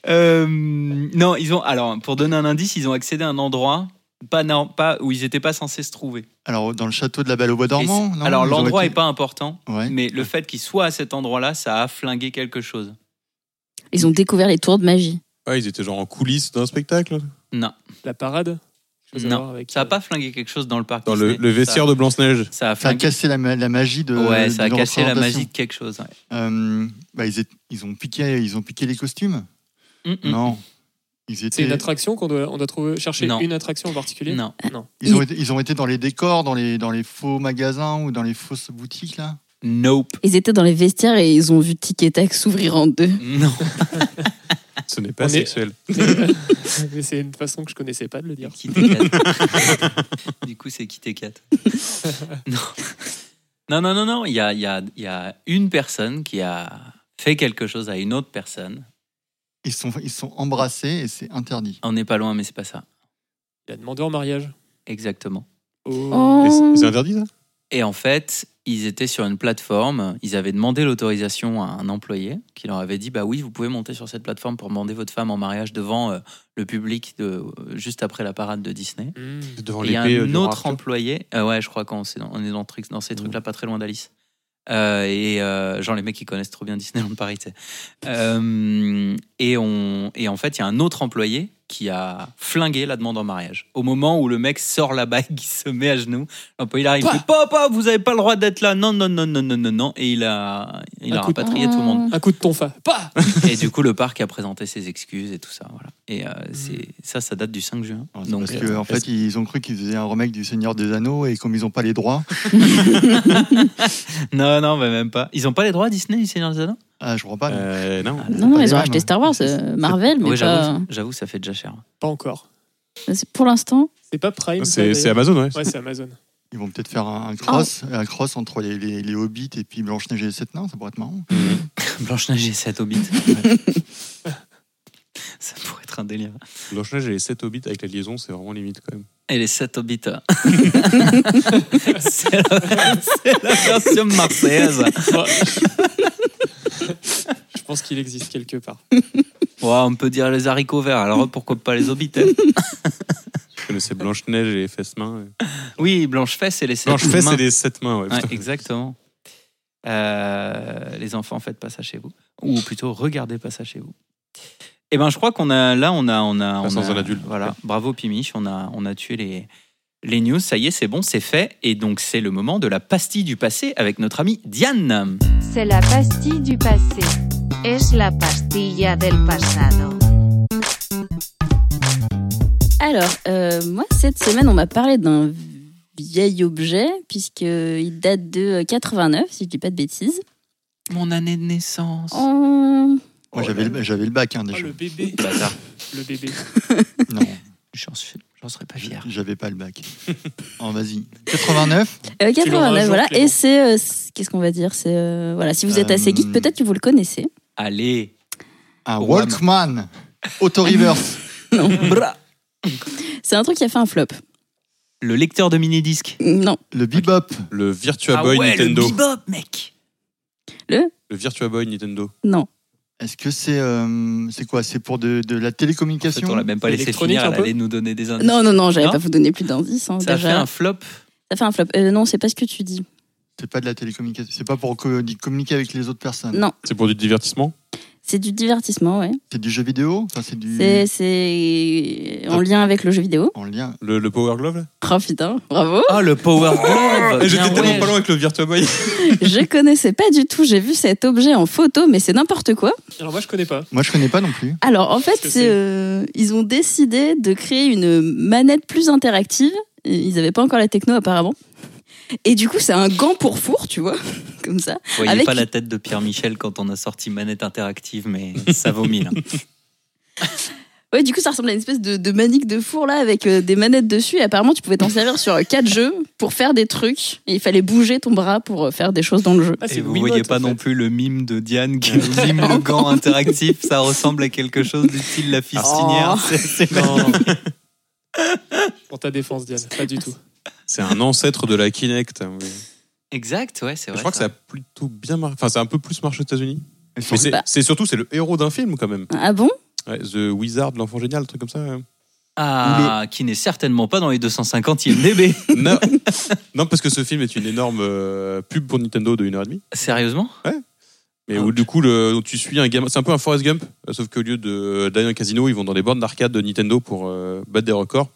E: Euh, non, ils ont. Alors, pour donner un indice, ils ont accédé à un endroit pas, non, pas, où ils n'étaient pas censés se trouver.
D: Alors, dans le château de la Belle au Bois
E: Et
D: dormant.
E: c'est-
D: non
E: alors
D: Ils auraient
E: l'endroit
D: pu-
E: est pas important,
D: Ouais.
E: mais le fait qu'il soit à cet endroit-là, ça a flingué quelque chose.
B: Ils ont découvert les tours de magie.
C: Ouais, ils étaient genre en coulisses d'un spectacle.
E: Non,
A: La parade quelque chose à
E: Non,
A: voir avec,
E: ça a
A: euh,
E: pas flingué quelque chose dans le parc.
C: Dans le,
E: Disney.
C: le vestiaire
E: ça,
C: de Blanche-Neige.
E: Ça a
D: Ça a
E: flingué.
D: cassé la, ma- la magie de.
E: ouais, ça a
D: de
E: cassé la
D: représentation.
E: magie de quelque chose. ouais.
D: Euh, bah, ils, étaient- ils ont piqué, ils ont piqué les costumes.
E: Mm, mm.
D: Non. Ils étaient.
A: C'est une attraction qu'on doit, on doit trouver, chercher
E: Euh, Non.
A: une attraction en particulier
E: Non.
D: Ils ont, été, ils ont été dans les décors, dans les, dans les faux magasins ou dans les fausses boutiques, là
E: Nope.
B: Ils étaient dans les vestiaires et ils ont vu Tic et Tac s'ouvrir en deux.
E: Non.
C: Ce n'est pas
A: On est-
C: sexuel.
A: Mais, euh, mais c'est une façon que je connaissais pas de le dire.
E: Kit et Kat. du coup, c'est Kit et Kat. non. non, non, non, non. Il y a, il y a- il y a une personne qui a fait quelque chose à une autre personne.
D: Ils sont, ils sont embrassés et c'est interdit.
E: On n'est pas loin, mais c'est pas ça.
A: Il a demandé en mariage.
E: Exactement.
A: Oh.
C: Mais
B: Oh.
C: c'est- C'est interdit ça
E: Et en fait, ils étaient sur une plateforme. Ils avaient demandé l'autorisation à un employé qui leur avait dit Bah oui, vous pouvez monter sur cette plateforme pour demander votre femme en mariage devant euh, le public de, juste après la parade de Disney.
A: Hmm.
C: Devant
E: Et Il y a
C: l'épée, euh,
E: un
C: du roi
E: autre
C: Arthur.
E: employé. euh, ouais, je crois qu'on est dans, on est dans, le truc- dans ces trucs-là, pas très loin d'Alice. Euh, et euh, genre les mecs qui connaissent trop bien Disneyland Paris, tu sais. Euh, et, on, et en fait, il y a un autre employé qui a flingué la demande en mariage. Au moment où le mec sort la bague, il se met à genoux. L'employé il arrive, il fait Papa, vous avez pas le droit d'être là. Non, non, non, non, non, non, non. Et il a, il
A: Un
E: a
A: coup de-
E: rapatrié tout le monde.
A: Un coup de tonfa. Pas
E: Et du coup, le parc a présenté ses excuses et tout ça. Voilà. Et euh, c'est, ça, ça date du 5 juin.
D: Alors, c'est
E: Donc, euh,
D: parce qu'en en fait, ils ont cru qu'ils faisaient un remake du Seigneur des Anneaux et comme ils n'ont pas les droits,
E: Non, non, mais même pas. Ils ont pas les droits à Disney du Seigneur des Anneaux
D: ah, je crois pas.
C: Euh, non.
E: Ah,
B: Ah. Non, non,
D: pas les
B: ils ont
D: mêmes.
B: acheté Star Wars, euh, Marvel, mais
E: Oui,
B: pas...
E: j'avoue, j'avoue, ça fait déjà cher.
A: Pas encore.
B: c'est- Pour l'instant,
A: C'est pas Prime. ça,
C: C'est
E: bah,
A: d'ailleurs.
C: c'est Amazon, ouais.
A: Ouais, c'est Amazon.
D: Ils vont peut-être faire un, un cross, un cross entre les, les, les Hobbits et puis Blanche-Neige et les Sept Nains, ça pourrait être marrant.
E: Blanche-Neige et 7 Hobbits. ça pourrait être un délire.
C: Blanche-Neige et les 7 hobbits avec la liaison, c'est vraiment limite quand même.
E: Et les 7 Hobbits. hein. c'est la, c'est la version marseillaise.
A: Je pense qu'il existe quelque part.
E: Ouais, on peut dire les haricots verts, alors pourquoi pas les Hobbits hein
C: Je connaissais Blanche-Neige et les fesses-mains. ouais.
E: Oui, Blanche-Fesse et les 7
C: Blanche-Fesse et les 7 mains, ouais.
E: Ouais,
C: putain.
E: exactement. Euh, les enfants, faites pas ça chez vous. Ou plutôt, regardez pas ça chez vous. Eh ben, je crois qu'on a là, on a, on a, on
C: Pas sans
E: a-
C: un adulte.
E: Voilà, bravo Pimiche, on a, on a tué les les news. Ça y est, c'est bon, c'est fait. Et donc, c'est le moment de la pastille du passé avec notre amie Diane.
I: C'est la pastille du passé. Es la pastilla del pasado.
B: Alors, euh, moi, cette semaine, on m'a parlé d'un vieil objet, puisqu'il date de euh, 89, si je dis pas de bêtises.
E: Mon année de naissance.
B: Oh,
D: Moi, j'avais le- j'avais le bac hein,
A: Oh,
D: déjà.
A: le bébé.
E: Bâtard.
A: Le bébé.
D: Non,
E: J'en suis- j'en serais pas fier.
D: j'avais pas le bac. Oh, vas-y. 89
B: euh,
A: l'auras un
B: 89,
A: jour,
B: voilà.
A: Clément.
B: Et c'est. euh, c'est- Qu'est-ce qu'on va dire C'est euh, voilà, Si vous êtes assez
D: Euh,
B: geek, peut-être que vous le connaissez.
E: Allez.
D: Un
E: Wam.
D: Walkman Auto-reverse
E: Bra.
B: C'est un truc qui a fait un flop.
E: Le lecteur de mini disque.
B: Non.
D: Le Bebop
C: Le
B: Ah
C: Virtua Boy Nintendo.
E: Ah le bebop, mec.
C: Le Virtua Boy Nintendo.
B: Non.
D: Est-ce que c'est euh, c'est quoi C'est pour de, de la
E: En fait,
D: télécommunication
E: on l'a même pas laissé
A: Électronique,
E: finir.
A: un
E: Elle
A: peu
E: allait nous donner des indices.
B: Non, non, non, j'allais
E: Non
B: pas vous donner plus d'indices. hein,
E: Ça a fait
B: déjà.
E: un flop.
B: Ça fait un flop. Euh, non, c'est pas ce que tu dis.
D: C'est pas de la télécommunication. C'est pas pour co- communiquer avec les autres personnes.
B: Non.
C: C'est pour du divertissement
B: C'est du divertissement, ouais.
D: C'est du jeu vidéo Enfin, c'est
A: Mm.
D: du.
B: C'est- C'est
A: Ah.
B: en lien avec le jeu vidéo.
D: En lien.
C: le, le Power Glove là
B: Oh putain, bravo.
E: Ah, le Power Glove
C: Eh, J'étais
E: Bien,
C: tellement
E: ouais.
C: pas loin avec le Virtua Boy.
B: Je connaissais pas du tout. J'ai vu cet objet en photo, mais c'est n'importe quoi.
A: Alors moi je connais pas.
D: Moi, je connais pas non plus.
B: Alors en fait,
A: Qu'est-ce que
B: c'est,
A: c'est
B: euh, ils ont décidé de créer une manette plus interactive. Ils n'avaient pas encore la techno apparemment. Et du coup, c'est un gant pour four, tu vois, comme ça.
E: Vous voyez
B: Avec-
E: pas la tête de Pierre Michel quand on a sorti Manette Interactive, mais ça vomit là.
C: Ah,
B: Ouais, du coup, ça ressemble à une espèce de, de manique de four là avec euh, des manettes dessus. Et apparemment, tu pouvais t'en servir sur euh, quatre jeux pour faire des trucs. Et il fallait bouger ton bras pour euh, faire des choses dans le jeu.
A: Ah, c'est
E: Et vous
A: Wiimote,
E: voyez pas
A: en fait.
E: non plus le mime de Diane
C: Ah,
E: qui nous mime le gant interactif, ça ressemble à quelque chose du style la fistinière.
B: Oh.
E: C'est- c'est pas-
A: Non. Pour ta défense, Diane, pas du tout.
C: C'est un ancêtre de la Kinect. hein, oui.
E: Exact, ouais, c'est vrai.
C: Je crois que ça a plutôt bien marché. Enfin, ça a un peu plus marché aux États-Unis.
D: Elles sont-
C: Mais c'est-
B: Bah.
C: c'est surtout, c'est le héros d'un film quand même.
B: Ah bon
C: Ouais, The Wizard, l'enfant génial, un truc comme ça. hein. ouais.
E: Ah, qui n'est certainement pas dans les 250 IMDB.
C: Non. non, parce que ce film est une énorme euh, pub pour Nintendo de 1h30.
E: Sérieusement
C: Mais
E: Ah,
C: où
E: ok.
C: du coup, le, tu suis un gamin. C'est un peu un Forrest Gump, euh, sauf qu'au lieu de- d'aller dans un casino, ils vont dans les bornes d'arcade de Nintendo pour euh, battre des records.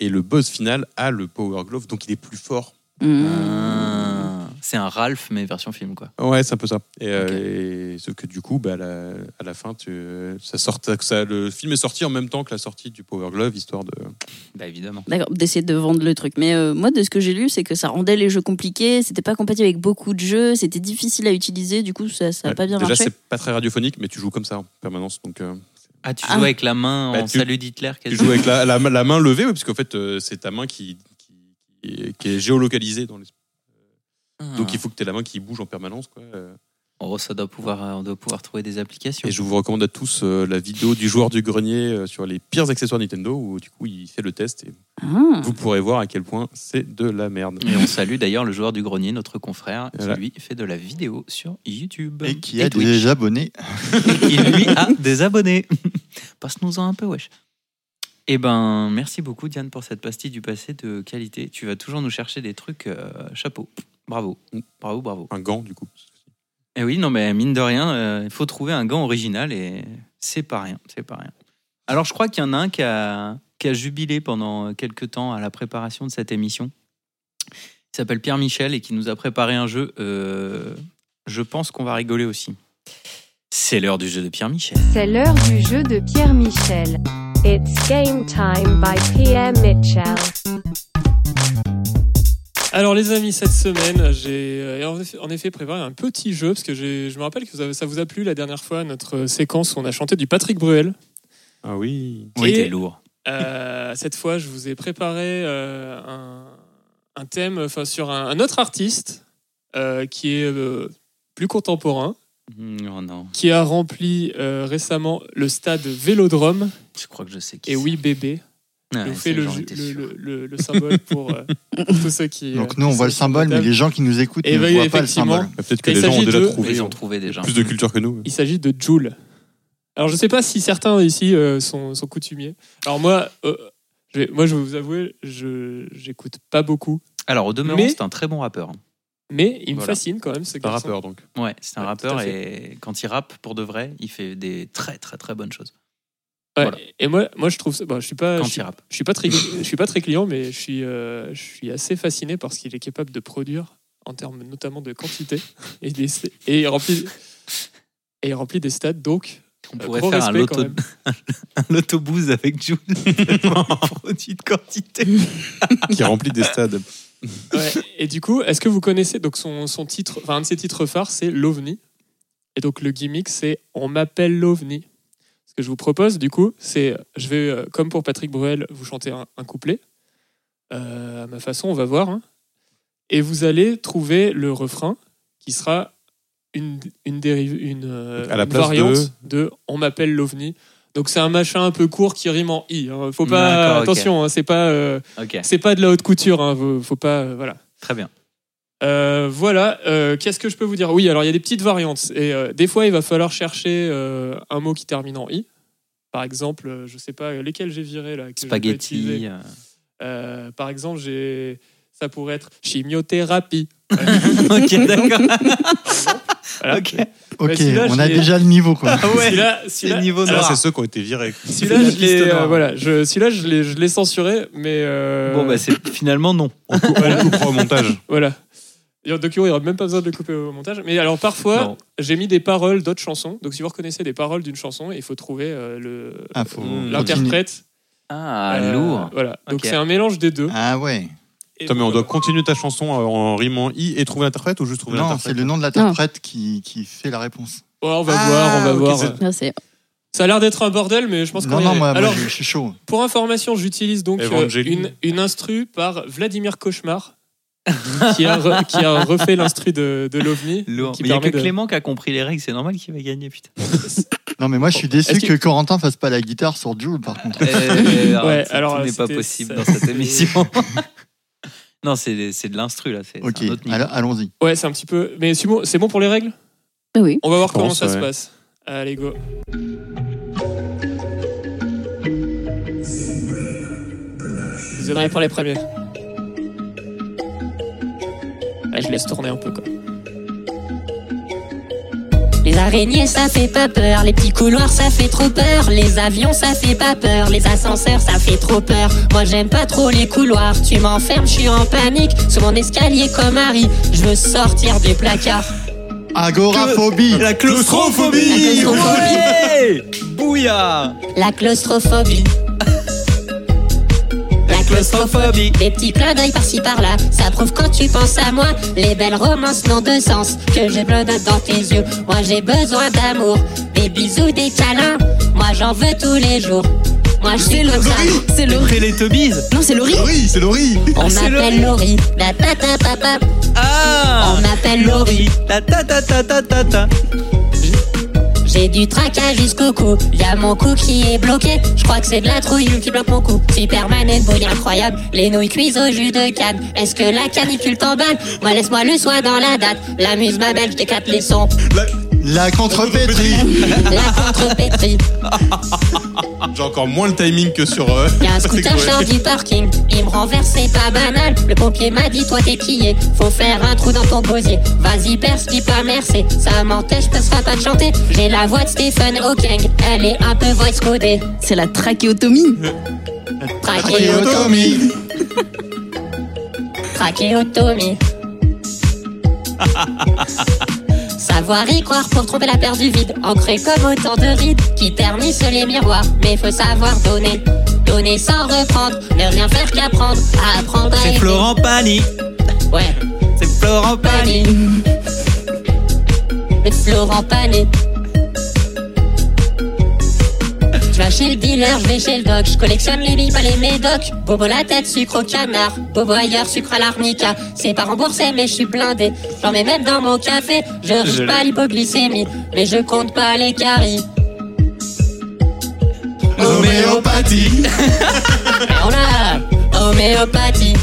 C: Et le boss final a le Power Glove, donc il est plus fort.
B: Mmh.
E: Ah, C'est un Ralph, mais version film, quoi.
C: Ouais, c'est un peu ça. Et, euh, et- sauf que du coup, bah, la- à la fin, tu- ça sort, ça, le film est sorti en même temps que la sortie du Power Glove, histoire de.
E: Bah évidemment.
B: D'accord, d'essayer de vendre le truc. Mais euh, moi, de ce que j'ai lu, c'est que ça rendait les jeux compliqués, c'était pas compatible avec beaucoup de jeux, c'était difficile à utiliser, du coup, ça, ça a
C: Ouais.
B: pas bien
C: Déjà,
B: marché.
C: c'est pas très radiophonique, mais tu joues comme ça en permanence. Donc, euh,
E: Ah, tu
B: Ah.
E: joues avec la main
C: Bah,
E: en
C: tu-
E: salut d'Hitler
C: tu
E: quasiment.
C: joues avec la, la- la main levée, ouais, parce qu'en fait, euh, c'est ta main qui, qui, qui est, qui est géolocalisée. Dans les...
E: Ah.
C: Donc, il faut que tu aies la main qui bouge en permanence. Quoi. euh.
E: En gros, ça doit pouvoir, euh, on doit pouvoir trouver des applications.
C: Et je vous recommande à tous euh, la vidéo du joueur du grenier euh, sur les pires accessoires Nintendo où du coup il fait le test et
B: Ah.
C: vous pourrez voir à quel point c'est de la merde.
E: Et on salue d'ailleurs le joueur du grenier, notre confrère,
C: Voilà.
E: qui lui fait de la vidéo sur YouTube.
D: Et qui a
E: Bah, Twitch.
D: des abonnés.
E: qui lui a des abonnés. Passe-nous-en un peu, wesh. Eh ben, merci beaucoup, Diane, pour cette pastille du passé de qualité. Tu vas toujours nous chercher des trucs euh, chapeau. Bravo, bravo, bravo.
C: Un gant du coup.
E: Eh oui, non, mais mine de rien, euh, il faut trouver un gant original et c'est pas rien, c'est pas rien. Alors, je crois qu'il y en a un qui a, qui a jubilé pendant quelques temps à la préparation de cette émission. Il s'appelle Pierre Michel et qui nous a préparé un jeu. euh, je pense qu'on va rigoler aussi. C'est l'heure du jeu de Pierre Michel.
I: C'est l'heure du jeu de Pierre Michel. It's game time by Pierre Michel.
A: Alors les amis, cette semaine, j'ai euh, en eff- en effet préparé un petit jeu, parce que j'ai- je me rappelle que vous avez- ça vous a plu la dernière fois, notre euh, séquence où on a chanté du Patrick Bruel.
C: Ah oui.
E: Oui,
A: Et-
E: t'es lourd.
A: Euh, cette fois, je vous ai préparé euh, un, un thème enfin, sur un, un autre artiste euh, qui est euh, plus contemporain,
E: Non, Mm, oh non,
A: qui a rempli euh, récemment le stade Vélodrome.
E: je crois que je sais qui.
A: Et
E: c'est.
A: oui, bébé,
E: Ouais,
D: Ah,
A: je vous
E: ça,
A: fais le,
E: j'en
A: ju-
E: étais
A: le-
E: sûr.
A: le- le- le symbole pour euh, tous ceux qui. euh,
D: Donc nous, on
A: qui
D: voit le
A: sont
D: symbole, mais
A: sur la
D: les gens qui nous écoutent
A: Et
D: ne
A: bah,
D: voient pas le
A: effectivement.
D: symbole.
C: Ah, Peut-être que
A: Il
C: les gens ont
A: s'agit
C: déjà
A: de-
C: trouvé
E: Ils ont trouvé déjà.
C: plus de culture que nous.
A: Il s'agit de Joule. Alors, je ne sais pas si certains ici euh, sont, sont coutumiers. Alors, moi, euh, je vais, moi, je vais vous avouer, je n'écoute pas beaucoup,
E: Alors, au demeurant,
A: Mais-
E: c'est un très bon rappeur.
A: mais il me
E: Voilà.
A: fascine quand même ce
C: Par
A: garçon.
C: rappeur donc.
E: Ouais, c'est un
A: Ouais, tout à
E: rappeur et quand il rappe pour de vrai, il fait des très très très bonnes choses.
A: Ouais,
E: Voilà.
A: Et moi, moi, je trouve ça. bon, je suis pas, je
E: Quand
A: suis,
E: il rappe.
A: je suis pas très, je suis pas très client, mais je suis, euh, je suis assez fasciné par ce qu'il est capable de produire en termes notamment de quantité et des, et il remplit, et il remplit des stades. Donc,
E: On
A: euh,
E: pourrait
A: gros
E: faire un
A: respect quand
E: loto,
A: même.
E: un loto booze avec Jules. produit de quantité.
C: qui remplit des stades.
A: Ouais, Et du coup, est-ce que vous connaissez donc son, son titre, enfin un de ses titres phares, c'est l'OVNI. Et donc le gimmick, c'est on m'appelle l'OVNI. Ce que je vous propose, du coup, c'est je vais, euh, comme pour Patrick Bruel, vous chanter un, un couplet Euh, à ma façon. On va voir. hein. Et vous allez trouver le refrain qui sera une, une dérive, une, euh,
C: À la
A: une
C: place
A: variante de, on m'appelle l'OVNI. Donc c'est un machin un peu court qui rime en i. hein. Faut pas
E: D'accord, ok.
A: attention, hein, c'est pas euh,
E: Ok,
A: c'est pas de la haute couture. hein, faut, faut pas euh, voilà.
E: très bien.
A: Euh, voilà, euh, qu'est-ce que je peux vous dire Oui, alors il y a des petites variantes. Et euh, des fois, il va falloir chercher euh, un mot qui termine en i. Par exemple, euh, je sais pas euh, lesquels j'ai viré là. que j'ai pas utilisé.
E: Spaghetti. euh,
A: Euh, par exemple, j'ai. Ça pourrait être chimiothérapie.
E: ok, d'accord.
A: Voilà.
E: Ok.
A: Bah,
D: Ok,
A: celui-là,
D: on
A: je
D: a
A: l'ai-
D: déjà le niveau quoi.
E: Ah ouais,
A: Celui-là,
E: c'est
A: celui-là,
E: niveau
C: Ça,
E: noir.
C: c'est ceux qui ont été virés.
A: celui-là,
E: la
A: je
E: liste
A: l'ai. euh,
E: noire.
A: voilà, je- celui-là, je l'ai, je l'ai censuré, mais. euh,
E: Bon, bah, c'est finalement non.
C: On, cou- on coupera au montage.
A: Voilà. Et en document, il n'y aura même pas besoin de le couper au montage. Mais alors, parfois,
E: Non.
A: j'ai mis des paroles d'autres chansons. Donc, si vous reconnaissez des paroles d'une chanson, il faut trouver euh, le,
D: Ah, faut
A: euh,
D: continuer.
A: l'interprète.
E: Ah,
A: Euh,
E: lourd.
A: Voilà. Donc,
E: Ok.
A: c'est un mélange des deux.
D: Ah ouais.
A: Et
C: Attends, mais on
A: voilà.
C: doit continuer ta chanson en- en rimant i et trouver l'interprète ou juste trouver
D: Non, c'est
C: l'interprète
D: le nom de l'interprète qui, qui fait la réponse.
A: Ouais, on va
C: Ah,
A: voir, on va
C: ok,
A: voir.
C: c'est-
B: Ah, c'est-
A: Ça a l'air d'être un bordel, mais je pense qu'on
D: Non,
A: y
D: non,
A: est.
D: moi, moi,
A: Alors,
D: je, je suis chaud.
A: pour information, j'utilise donc euh,
C: Evangeline.
A: une, une instru par Vladimir Cauchemar, qui, a re- qui a refait l'instru de, de l'OVNI.
E: Lourd.
A: qui
E: Mais Il y a que
A: permet de-
E: Clément qui a compris les règles, c'est normal qu'il va gagner, putain.
D: Non, mais moi, je suis déçu
A: Est-ce
D: que Corentin fasse pas la guitare sur Jules, par contre.
E: Euh,
A: Ouais,
E: tout
A: alors,
E: n'est pas
A: c'était-
E: possible
A: ça-
E: dans cette
A: c'est-
E: émission. non, c'est c'est de l'instru là, Ah, c'est c'est
D: Ok,
E: un autre niveau.
D: alors, allons-y.
A: Ouais, c'est un petit peu. Mais c'est bon, c'est bon pour les règles
B: Bah oui.
A: On va voir
C: Je
A: comment
C: pense,
A: ça se
C: ouais.
A: passe. Allez, go. Vous en avez pour les premiers. Ouais, Ah, je laisse tourner un peu, quoi.
J: Les araignées ça fait pas peur, les petits couloirs ça fait trop peur, les avions ça fait pas peur, les ascenseurs ça fait trop peur. Moi j'aime pas trop les couloirs, tu m'enfermes, je suis en panique, sur mon escalier comme Harry, je veux sortir du placard.
D: Agoraphobie
E: La
J: La
E: claustrophobie
J: claustrophobie.
E: Ouais Bouya
J: La claustrophobie,
E: La claustrophobie
J: des petits clins d'œil par-ci par-là, ça prouve quand tu penses à moi, les belles romances n'ont de sens que j'ai plein d'autres dans tes yeux. Moi j'ai besoin d'amour, des bisous, des câlins, moi j'en veux tous les jours. Moi, c'est le
E: C'est le Teletubbies.
B: Non, c'est Laurie.
G: Laurie, c'est Laurie.
J: On
E: C'est
J: m'appelle Laurie. La ta ta ta ta.
E: Ah
J: On m'appelle Laurie.
E: Laurie. Ta ta ta ta ta ta ta.
J: J'ai du tracas jusqu'au cou. Y'a mon cou qui est bloqué. Je crois que c'est de la trouille qui bloque mon cou. Superman est bouillie incroyable. Les nouilles cuisent au jus de canne. Est-ce que la canicule t'emballe Moi, laisse-moi le soin dans la date. La muse m'appelle, je t'éclate les sons.
G: La, la contrepétrie.
J: La contre-pétrie.
C: J'ai encore moins le timing que sur. euh,
J: Y'a un
C: Patrick
J: scooter
C: Bruel.
J: genre du parking, il me renverse, c'est pas banal. Le pompier m'a dit, toi t'es pillé, faut faire un trou dans ton gosier. Vas-y, perce, dis pas merci, ça m'empêche, je seras pas de chanter. J'ai la voix de Stephen Hawking, elle est un peu voice codée.
B: C'est la trachéotomie.
D: Ah,
J: Trachéotomie, trachéotomie. Savoir y croire pour tromper la peur du vide, ancré comme autant de rides qui ternissent les miroirs. Mais faut savoir donner, donner sans reprendre, ne rien faire qu'apprendre, apprendre à
E: C'est
J: aimer.
E: Florent Pagny.
J: Ouais,
E: C'est Florent Pagny.
J: Pané. Le Florent Pané. Je vais chez le dealer, je vais chez le doc, je collectionne les limes, les médocs. Bobo la tête, sucre au canard, bobo ailleurs, sucre à l'arnica. C'est pas remboursé, mais je suis blindé. J'en mets même dans mon café, je risque
E: Je l'ai.
J: pas l'hypoglycémie, mais je compte pas les caries.
G: Homéopathie.
J: Mais on a homéopathie.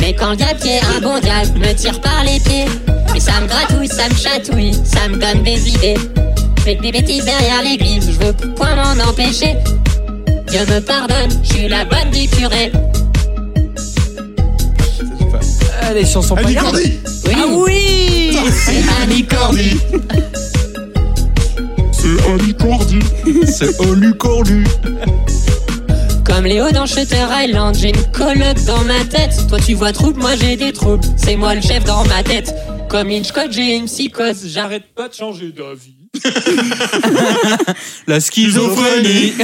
J: Mais quand le diable qui est un bon diable me tire par les pieds, mais ça me gratouille, ça me chatouille, ça me donne des idées. Je fais des bêtises derrière l'église, je veux point m'en empêcher. Dieu me pardonne, je suis la bonne du curé.
E: Ah, les chansons
G: Annie
E: paillardes.
G: Cordy.
J: Oui,
E: Ah oui
J: c'est Annie
G: Cordy. C'est Annie Cordy. C'est Olu Cordu.
J: Comme Léo dans Shutter Island, j'ai une coloc dans ma tête. Toi tu vois trouble, moi j'ai des troubles. C'est moi le chef dans ma tête. Comme Hitchcock, j'ai une psychose. J'arrête.
A: J'arrête pas de changer d'avis.
E: La schizophrénie.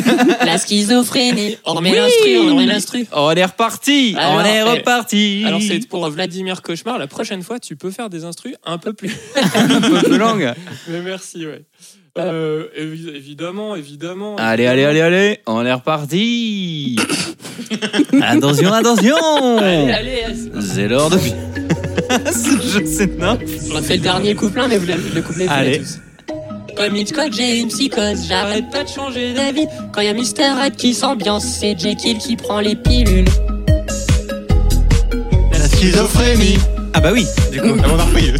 J: La schizophrénie. On remet
A: Oui.
J: l'instru, on remet l'instru.
E: On est reparti
J: Alors,
E: On est
A: eh,
E: reparti
A: Alors c'est pour Vladimir Cauchemar, la prochaine fois tu peux faire des instrus un peu plus.
E: un peu plus langue.
A: Mais merci, ouais. Euh, évi- évidemment, évidemment.
E: Allez, allez, allez, allez On est reparti Attention,
J: Allez,
E: attention
J: allez,
E: C'est l'heure de... Je sais non
J: on fait le dernier couplet, mais vous l'avez- le couplet vous l'avez
E: Allez.
J: tous. Comme Hitchcock, j'ai une psychose, j'arrête pas de changer d'avis. Quand y a Mister Hyde qui s'ambiance, c'est Jekyll qui prend les pilules.
G: La schizophrénie.
E: Ah bah oui
C: Du coup, on a repris.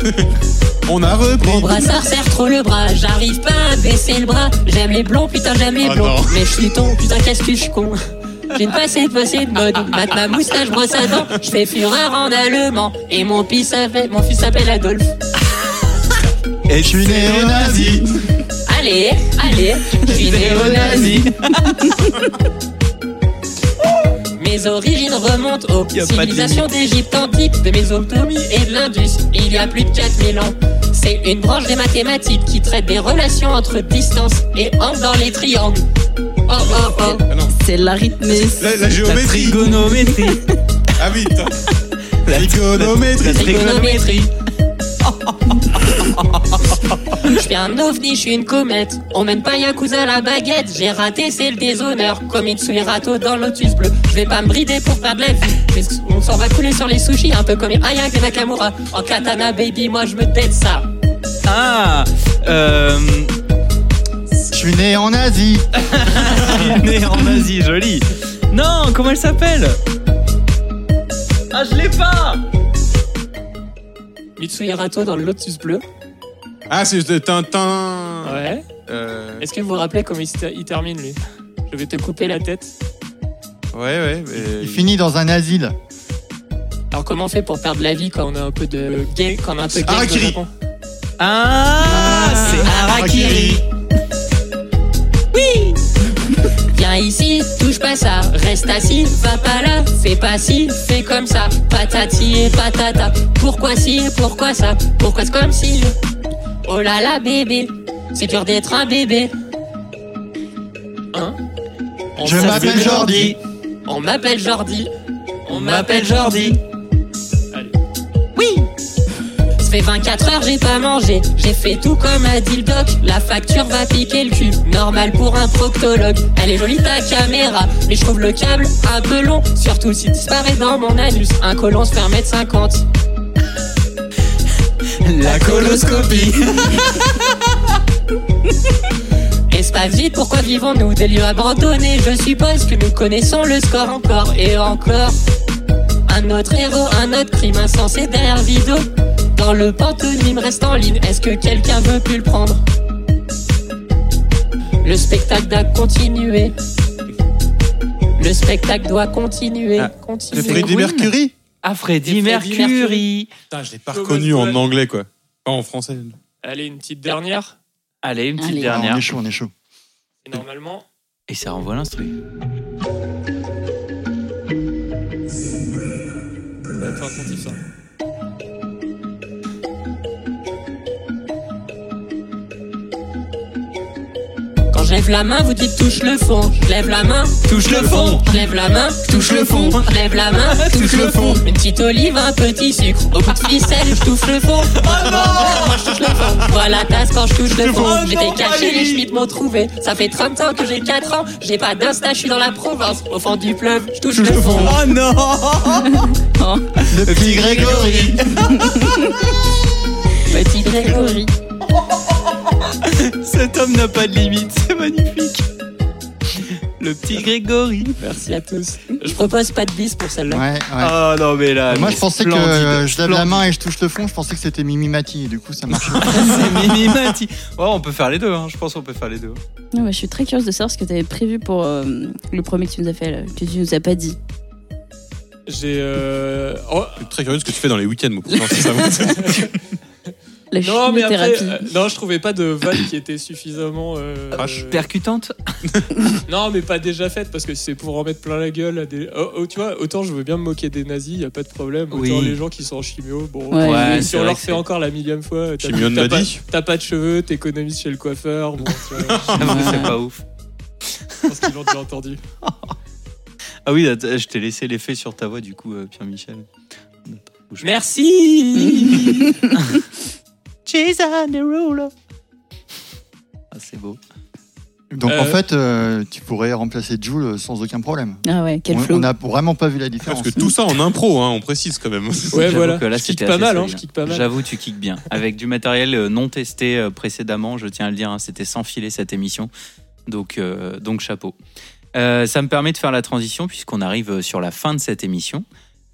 G: On a repris.
J: Mon brassard serre trop le bras, j'arrive pas à baisser le bras. J'aime les blonds, putain, j'aime
E: Ah
J: les
C: Oh
J: blonds.
C: non.
J: mais je suis ton, putain, qu'est-ce que je suis con. J'ai une passée de passée de mode, mate ma moustache, brosse à dents. Je fais fureur en allemand, et mon, fils s'appelle- mon fils s'appelle Adolphe.
G: Et je suis néo-nazi.
J: Allez, allez, je suis néo-nazi. Mes origines remontent aux
E: Y a pas de
J: civilisations d'Égypte antique, de Mésopotamie et de l'Indus, il y a plus de 4000 ans. C'est une branche des mathématiques qui traite des relations entre distance et angles dans les triangles. Oh oh oh.
B: C'est l'arithmétique.
C: La, la
E: La
C: géométrie.
E: trigonométrie
C: Ah oui, putain.
E: La
C: trigonométrie.
E: La trigonométrie
J: Je suis un ovni, je suis une comète. On mène pas Yakuza à la baguette. J'ai raté, c'est le déshonneur. Comme Itsui Rato dans Lotus Bleu. Je vais pas me brider pour faire de la vie. Mais on s'en va couler sur les sushis, un peu comme Ayaka Nakamura. En katana, baby, moi je me tête ça.
E: Ah euh,
G: Je suis né en Asie.
E: Né en Asie, joli Non, comment elle s'appelle Ah, je l'ai pas
J: Mitsui Rato dans le Lotus Bleu.
C: Ah, c'est de Tintin.
A: Ouais.
C: Euh,
A: Est-ce que vous vous rappelez comment il, se ter- il termine, lui Je vais te couper la tête.
C: ouais, ouais. mais-
G: Il finit dans un asile.
A: Alors, comment on fait pour perdre la vie quand on a un peu de gay, quand on a un peu de gay au
C: Harakiri.
A: Japon
E: Ah, c'est Harakiri
J: Viens ici, touche pas ça, reste assis, va pas là, fais pas ci, fais comme ça, patati et patata. Pourquoi si, pourquoi ça, pourquoi c'est comme si Oh là là bébé, c'est dur d'être un bébé. Hein On
G: Je
J: s'appelle-
G: m'appelle Jordi.
J: On m'appelle Jordi. On
E: m'appelle Jordi.
J: Oui. Ça fait 24 heures, j'ai pas mangé. J'ai fait tout comme a dit le doc. La facture va piquer le cul. Normal pour un proctologue. Elle est jolie ta caméra, mais je trouve le câble un peu long. Surtout si disparaît dans mon anus. Un colon se fait 1m50.
E: La coloscopie.
J: Espace vide, pourquoi vivons-nous des lieux abandonnés Je suppose que nous connaissons le score encore et encore. Un autre héros, un autre crime insensé derrière vidéo. Dans le pantomime reste en ligne, est-ce que quelqu'un veut plus le prendre Le spectacle doit continuer. Le spectacle doit continuer.
C: C'est
J: continuer.
C: Freddie Mercury
E: Ah, Freddie
A: Et Freddie
E: Mercury.
C: Putain, je l'ai pas
A: Thomas
C: reconnu en
A: Gold.
C: anglais, quoi. Pas en français.
A: Allez, une petite dernière.
E: Allez, une petite
B: Allez.
D: Ah, on
E: dernière.
D: est chaud, on est chaud.
A: Et normalement,
E: Et ça renvoie l'instru.
A: faut être attentif, ça.
J: Quand je lève la main, vous dites touche le fond. Je lève la main,
E: Touche le fond.
J: Je lève la main, touche le fond. Je lève la main, touche le fond. Une petite olive, un petit sucre. Au bout de ficelle, je touche le fond. Oh non Je touche le fond. Je vois la tasse quand je touche le fond. Oh J'étais caché, les Schmitt m'ont trouvé. Ça fait 30 ans que j'ai 4 ans. J'ai pas d'insta, je suis dans la Provence. Au fond du fleuve, je touche le fond.
E: Oh non
D: Le petit Grégory
J: Petit Grégory.
E: Cet homme n'a pas de limite, c'est magnifique. Le petit Grégory.
J: Merci à tous. Je propose pas de bis pour celle-là.
D: Ouais, ouais.
E: Ah non mais là.
D: Moi,
E: mais
D: je pensais que
E: splendide,
D: euh, je lève la
E: splendide.
D: main et je touche le fond. Je pensais que c'était Mimi Mati. Et du coup, ça marche.
E: C'est Mimi Mati. Ouais, on peut faire les deux. hein. Je pense qu'on peut faire les deux.
B: Non, mais je suis très curieuse de savoir ce que tu avais prévu pour euh, le premier que tu nous as fait, là, que tu nous as pas dit.
A: J'ai. euh, oh,
C: Je suis très curieux de ce que tu fais dans les week-ends, moi. pour savoir si ça vaut.
B: La
A: non, mais après,
B: chimiothérapie.
A: euh, non, je trouvais pas de vanne qui était suffisamment. euh,
C: Trash.
E: Percutante.
A: Non, mais pas déjà faite, parce que c'est pour en mettre plein la gueule. à des- oh, oh, tu vois, autant je veux bien me moquer des nazis, y a pas de problème. Autant
E: Oui.
A: les gens qui sont en chimio,
J: euh,
A: bon.
B: Ouais,
E: Ouais,
A: si
E: Ah, c'est
A: on
E: vrai
A: leur
E: que
A: fait
E: c'est-
A: encore la millième fois, t'as
C: Chimio de
A: t'as pas,
C: Maddy.
A: t'as pas de cheveux, t'économises chez le coiffeur. Bon, tu vois,
E: J'avoue, Ah, c'est pas ouf.
A: je pense qu'ils l'ont déjà entendu.
E: Ah oui, att- je t'ai laissé l'effet sur ta voix du coup, euh, Pierre-Michel.
A: Merci
E: Jason Derulo. Ah c'est beau.
D: Donc, en
A: Euh.
D: fait, euh, tu pourrais remplacer Jules sans aucun problème.
B: Ah ouais, quel
D: On
B: flow.
D: n'a vraiment pas vu la différence.
C: Parce que tout ça en impro, hein, on précise quand même.
A: Ouais,
E: J'avoue
A: voilà.
E: que là,
A: je kick
E: c'était
A: pas
E: assez
A: mal, hein,
E: solide.
A: je kick pas mal.
E: J'avoue, tu kicks bien. Avec du matériel euh, non testé euh, précédemment, je tiens à le dire, hein, c'était sans filet cette émission. Donc, euh, donc chapeau. Euh, ça me permet de faire la transition puisqu'on arrive euh, sur la fin de cette émission.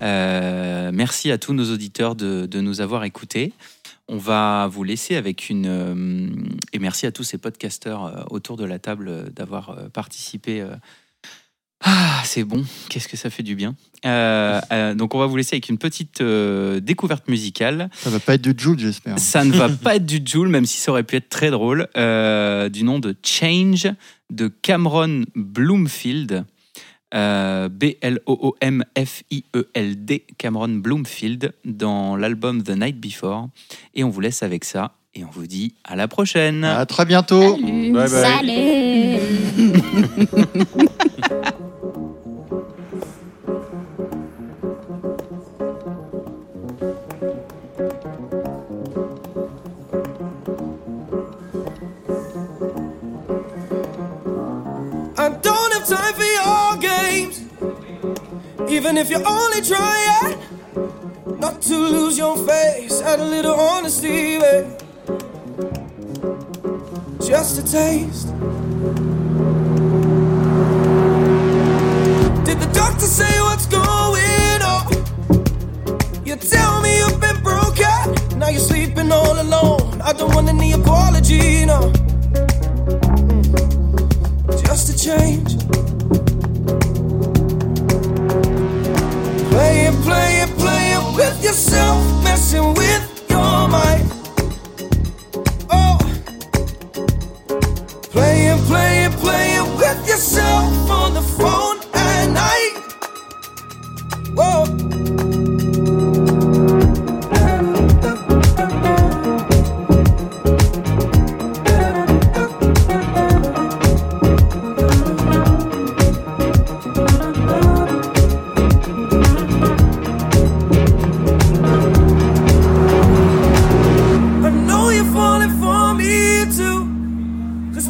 E: Euh, merci à tous nos auditeurs de, de nous avoir écoutés. On va vous laisser avec une... euh, et merci à tous ces podcasteurs euh, autour de la table euh, d'avoir euh, participé. euh. Ah, c'est bon, qu'est-ce que ça fait du bien. Euh, euh, donc on va vous laisser avec une petite euh, découverte musicale.
D: Ça va pas être de Jules, j'espère.
E: Ça ne va pas être du Joule, même si ça aurait pu être très drôle, euh, du nom de Change de Cameron Bloomfield. euh, B-L-O-O-M-F-I-E-L-D, E Cameron Bloomfield, dans l'album The Night Before. Et on vous laisse avec ça, et on vous dit à la prochaine.
D: À très bientôt.
B: Salut.
C: Bye bye.
J: Salut
G: I don't have time for your games. Even if you're only trying not to lose your face, add a little honesty, babe. Just a taste. Did the doctor say what's going on? You tell me you've been broken. Now you're sleeping all alone. I don't want any apology, no. just a change. Playing, playing, playing with yourself, messing with your mind. Oh, playing, playing, playing with yourself on the phone at night. Whoa.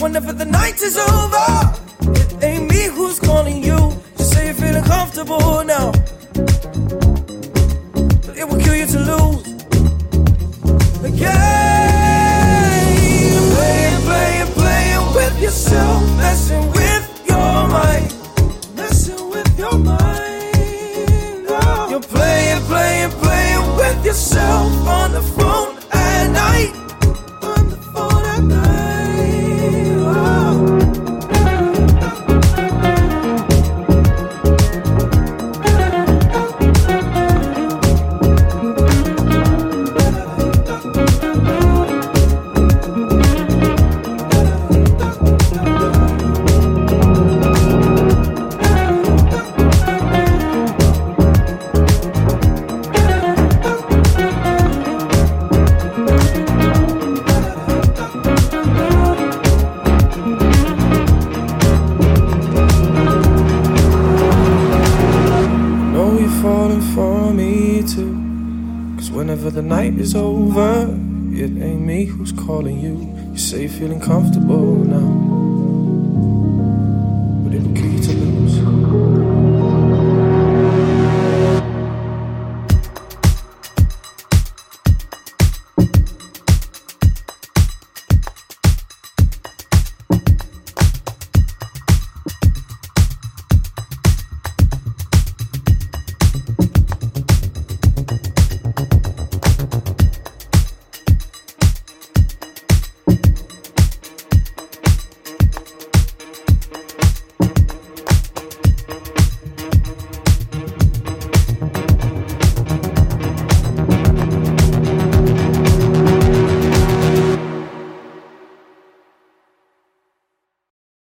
J: whenever the night is over. It ain't me who's calling you. Just say you're feeling comfortable now. But it will kill you to lose. The game. You're playing, playing, playing with yourself. Messing with your mind. Messing with your mind. Oh. You're playing, playing, playing with yourself on the phone at night. On the phone at night. Oh. Know you're falling for me too. Cause whenever the night is over, it ain't me who's calling you. You say you're feeling comfortable